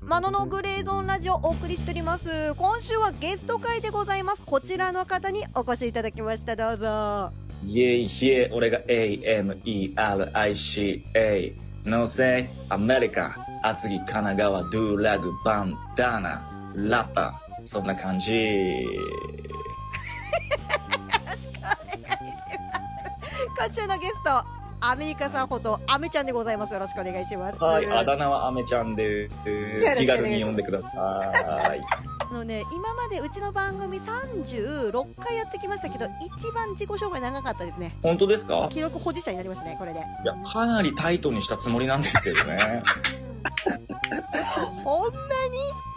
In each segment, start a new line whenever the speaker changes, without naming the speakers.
マノのグレーゾーンラジオお送りしております今週はゲスト会でございますこちらの方にお越しいただきましたどうぞ
イエイイエイ俺が AMERICA ノーセイアメリカ厚木神奈川ドゥーラグバンダーナラッパーそんな感じ
今週のゲストアメリカさんことアメちゃんでございますよろしくお願いします
はいあだ名はアメちゃんです
ろしくお願いします
気軽に呼んでください
あのね今までうちの番組36回やってきましたけど一番自己紹介長かったですね
本当ですか
記録保持者になりましたねこれで
いやかなりタイトにしたつもりなんですけど ね
ほん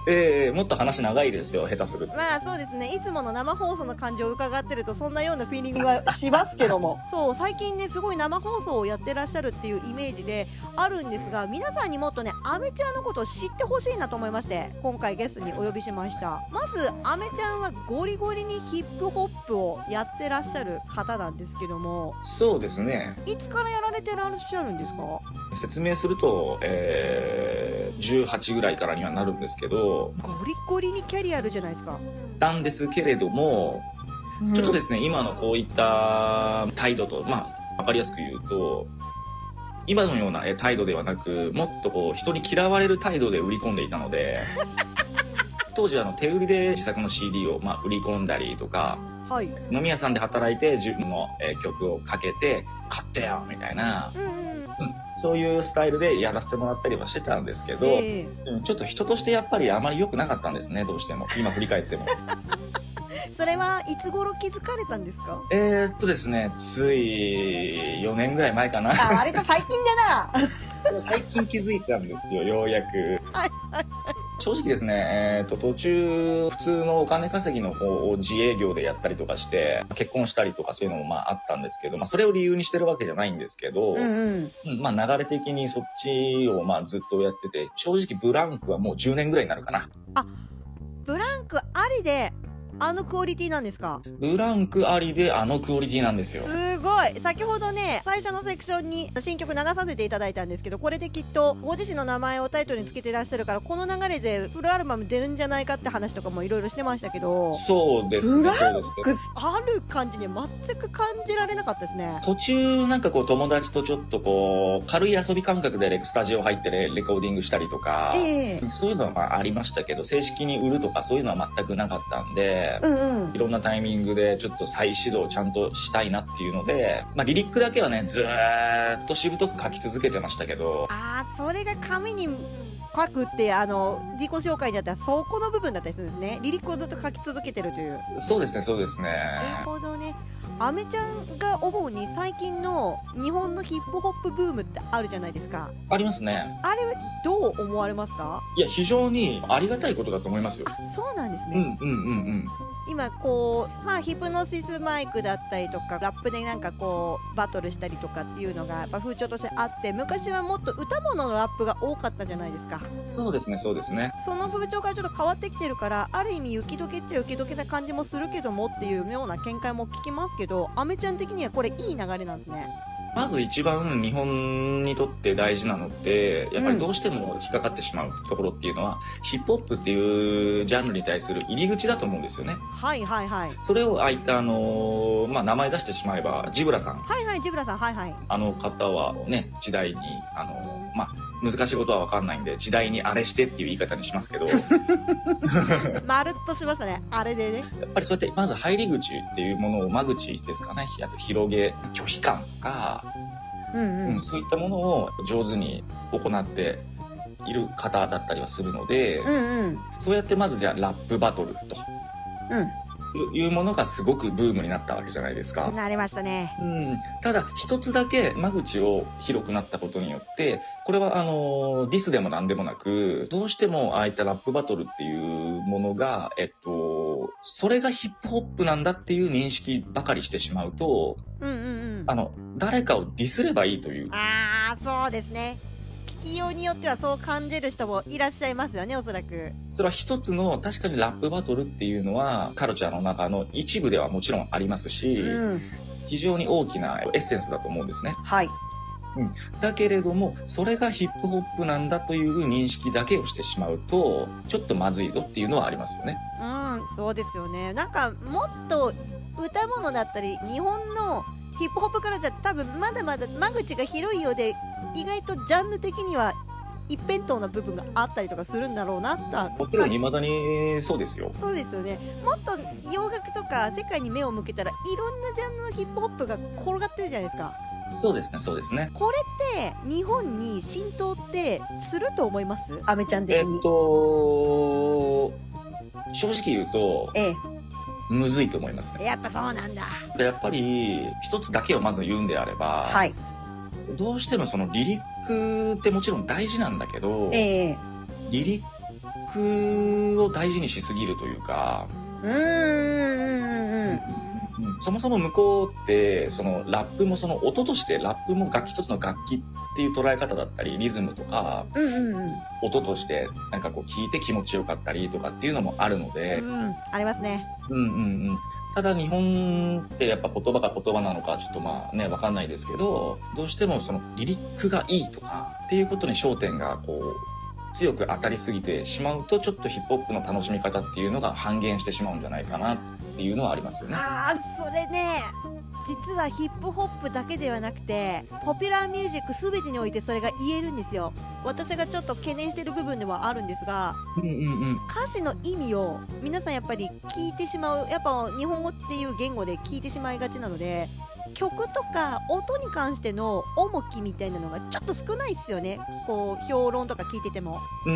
ええもっと話長いですよ下手すると
まあそうですねいつもの生放送の感じを伺ってるとそんなようなフィーリングが
はしますけども。
そう最近ねすごい生放送をやってらっしゃるっていうイメージであるんですが皆さんにもっとねアメちゃんのことを知ってほしいなと思いまして今回ゲストにお呼びしましたまずアメちゃんはゴリゴリにヒップホップをやってらっしゃる方なんですけども
そうですね
いつからやられてらっしゃるんですか
説明すると、えー、18ぐらいからにはなるんですけど
ゴリゴリにキャリアあるじゃないですか
なんですけれどもちょっとですね、今のこういった態度と、まあ、わかりやすく言うと、今のようなえ態度ではなく、もっとこう、人に嫌われる態度で売り込んでいた ので、当時あの、手売りで自作の CD を、まあ、売り込んだりとか、
はい
飲み屋さんで働いて自分のえ曲をかけて、買ってよみたいな、
うんうん
そういうスタイルでやらせてもらったりはしてたんですけど、
ええ
うんちょっと人としてやっぱりあまり良くなかったんですね、どうしても。今振り返っても。
それはいつ頃気づかれたんですか
えーっとですね、つい4年ぐらい前かな。
あ、あれか最近だな。
最近気づいたんですよ、ようやく
はい。
正直ですね、えーと、途中、普通のお金稼ぎの方を自営業でやったりとかして、結婚したりとかそういうのもまああったんですけど、まあそれを理由にしてるわけじゃないんですけど、
うん。
うんまあ流れ的にそっちをまあずっとやってて、正直ブランクはもう10年ぐらいになるかな。
ブランクありであのクオリティなんですか
ブランクありであのクオリティなんですよ。
すごい先ほどね最初のセクションに新曲流させていただいたんですけどこれできっとご自身の名前をタイトルにつけてらっしゃるからこの流れでフルアルバム出るんじゃないかって話とかもいろいろしてましたけど
そうです
ブ
ね、
ラ
そうですね。
ある感じには全く感じられなかったですね
途中なんかこう友達とちょっとこう軽い遊び感覚でレスタジオ入ってレレコーディングしたりとか、
ええ
そういうのはまあありましたけど正式に売るとかそういうのは全くなかったんで、
うんうん
い。ろんなタイミングでちょっと再始動ちゃんとしたいなっていうので、まあ、リリックだけはねずーっとしぶとく書き続けてましたけど
ああそれが紙に書くってあの自己紹介にあったらそこの部分だったりするんですねリリックをずっと書き続けてるという
そうですねそうですね
なるほどね。アメちゃんが思うに最近の日本のヒップホップブームってあるじゃないですか。
ありますね
あれどう思われますか？
いや非常にありがたいことだと思いますよ
あ、そうなんです
うん
ね。
うんうん
今こうまあヒプノシスマイクだったりとかラップでなんかこうバトルしたりとかっていうのがやっぱ風潮としてあって、昔はもっと歌物のラップが多かったじゃないですか。
うんそうですねそうですね
その風潮からちょっと変わってきてるから、ある意味雪解けっちゃ雪解けな感じもするけどもっていうような見解も聞きますけど、アメちゃん的にはこれいい流れなんですね。
まず一番日本にとって大事なのってやっぱりどうしても引っかかってしまうところっていうのは、ヒップホップっていうジャンルに対する入り口だと思うんですよね
はいはいはい。
それをああいったあのーまあ、名前出してしまえばジブラさん
はいはい、ジブラさん、はいはい。
あの方はね時代にあのーまあ難しいことは分かんないんで時代にあれしてっていう言い方にしますけど やっ
まるっとしましたね、あれでね。
ぱりそうやってまず入り口っていうものを間口ですかねあと広げ拒否感とか
うん
うん、。そういったものを上手に行っている方だったりはするので、
うんうん。
そうやってまずじゃあラップバトルと
うん。
いうものがすごくブームになったわけじゃないですか。
なりましたね。
うん、ただ一つだけ間口を広くなったことによってこれはあのディスでも何でもなくどうしてもああいったラップバトルっていうものが、えっと、それがヒップホップなんだっていう認識ばかりしてしまうと
うんうんうん。
あの誰かをディスればいいという
あー、そうですね。聞きようによってはそう感じる人もいらっしゃいますよね、おそらく。
それは一つの確かにラップバトルっていうのはカルチャーの中の一部ではもちろんありますし、
うん。
非常に大きなエッセンスだと思うんですね
はい。
だけれどもそれがヒップホップなんだという認識だけをしてしまうとちょっとまずいぞっていうのはありますよね。
うん、そうですよね。なんかもっと歌物だったり、日本のヒップホップからじゃ多分まだまだ間口が広いようで、意外とジャンル的には一辺倒な部分があったりとかするんだろうなとは。
もちろん未だにそうですよ。
そうですよね。もっと洋楽とか世界に目を向けたら、いろんなジャンルのヒップホップが転がってるじゃないですか。
そうですね、そうですね。
これって日本に浸透ってすると思います？
アメちゃん的
えっ
に。
と、正直言うと、
ええ。
むずいと思いますね。
やっぱそうなんだ。
でやっぱり、一つだけをまず言うんであれば、
はい。
どうしてもそのリリックってもちろん大事なんだけど、
ええ。
リリックを大事にしすぎるというか、
うーん。うん
そもそも向こうってそのラップもその音としてラップも楽器一つの楽器っていう捉え方だったりリズムとか
うんうんうん。
音としてなんかこう聞いて気持ちよかったりとかっていうのもあるの
う
で、
ん、ありますね。
うんうんうん、ただ日本ってやっぱ言葉が言葉なのかちょっとまあねわかんないですけどどうしてもそのリリックがいいとかっていうことに焦点がこう強く当たりすぎてしまうとちょっとヒップホップの楽しみ方っていうのが半減してしまうんじゃないかなっていうのはありますよね。
あーそれね実はヒップホップだけではなくてポピュラーミュージック全てにおいてそれが言えるんですよ私がちょっと懸念してる部分ではあるんですが
うんうんうん
歌詞の意味を皆さんやっぱり聞いてしまうやっぱ日本語っていう言語で聞いてしまいがちなので曲とか音に関しての重きみたいなのがちょっと少ないっすよねこう評論とか聞いてても
うんう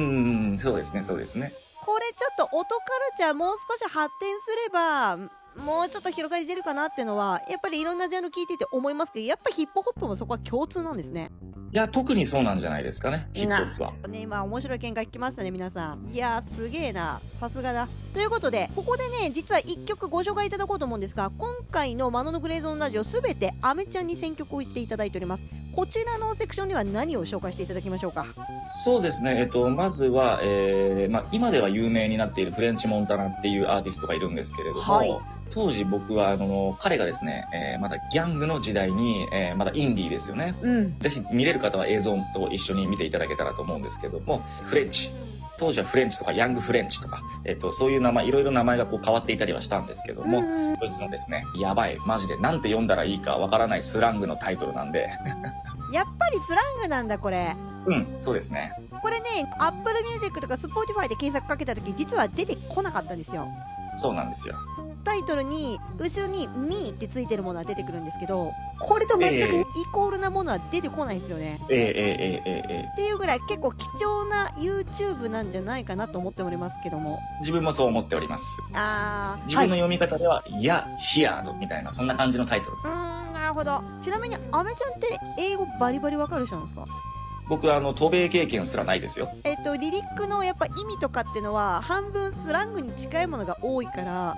んうん、そうですね、そうですね。
これちょっと音カルチャーもう少し発展すればもうちょっと広がり出るかなってのはやっぱりいろんなジャンル聞いてて思いますけどやっぱヒップホップもそこは共通なんですね
いや、特にそうなんじゃないですかね、ヒップホップは。
ね今面白い見解聞きましたね皆さんいやーすげえなさすがだということでここでね実は1曲ご紹介いただこうと思うんですが今回の「マノのグレーゾーンラジオ」すべてアメちゃんに選曲をしていただいておりますこちらのセクションでは何を紹介していただきましょうか
そうですね、えっと、まずは、えーまあ、今では有名になっているフレンチ・モンタナっていうアーティストがいるんですけれども、
はい
当時僕は、あの、彼がですね、えーまだギャングの時代に、えーまだインディーですよね。
うん。
ぜひ見れる方は映像と一緒に見ていただけたらと思うんですけども、フレンチ。当時はフレンチとかヤングフレンチとか、えっと、そういう名前、いろいろ名前がこう変わっていたりはしたんですけども、そいつのですね、やばい、マジで、なんて読んだらいいかわからないスラングのタイトルなんで、
やっぱりスラングなんだこれ
うん、そうですね。
これね、Apple Music とか Spotify で検索かけた時実は出てこなかったんですよ。
そうなんですよ。
タイトルに、後ろに Me ってついてるものは出てくるんですけど、
これと全く
ええ
イコールなものは出てこないんですよね。
ええええええええ
っていうぐらい結構貴重な YouTube なんじゃないかなと思っておりますけども。
自分もそう思っております。
あ
自分の読み方では、や、ヒアードみたいな、そんな感じのタイトル。
ー、うーん、なるほど。ちなみに、アメちゃんって英語バリバリわかる人なんですか
僕は、あの、渡米経験すらないですよ。
えっと、リリックのやっぱ意味とかってのは半分スラングに近いものが多いから、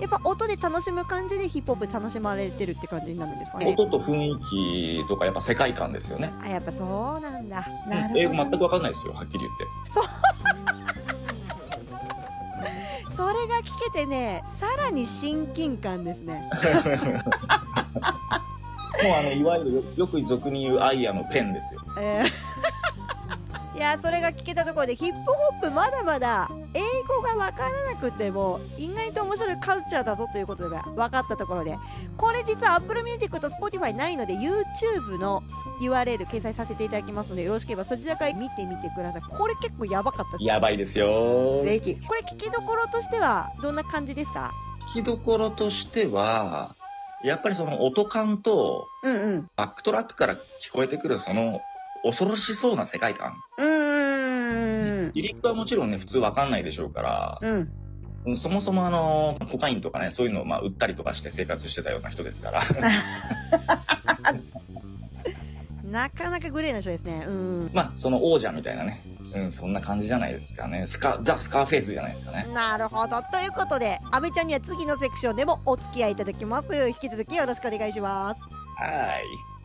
やっぱ音で楽しむ感じでヒップホップ楽しまれてるって感じになるんですかね。
音と雰囲気とか、やっぱ世界観ですよね。
あやっぱそうなんだ
なるほ
うん
ど
英語全くわかんないですよ、はっきり言って。
それが聞けてねさらに親近感ですね
もう、あの、いわゆるよ、よく俗に言う、アイアのペンですよ。
えー いやそれが聞けたところでヒップホップまだまだ英語が分からなくても意外と面白いカルチャーだぞということが分かったところでこれ実は Apple Music と Spotify ないので YouTube の URL 掲載させていただきますのでよろしければそちらから見てみてくださいこれ結構やばかったです
やばいですよ。
ぜひ。
これ聞きどころとしてはどんな感じですか
聞きどころとしては、やっぱりその音感と、
うんうん。
バックトラックから聞こえてくるその、恐ろしそうな世界観。
うーん。
リリックはもちろんね、普通わかんないでしょうから、
うん。
うんそもそもあの、コカインとかね、そういうのをまあ売ったりとかして生活してたような人ですから。
なかなかグレーな人ですねうん
まあ、その王者みたいなね。うん、そんな感じじゃないですかね。スカ、ザ・スカーフェイスじゃないですかね。
なるほどということで阿部ちゃんには次のセクションでもお付き合いいただきます引き続きよろしくお願いします
はーい。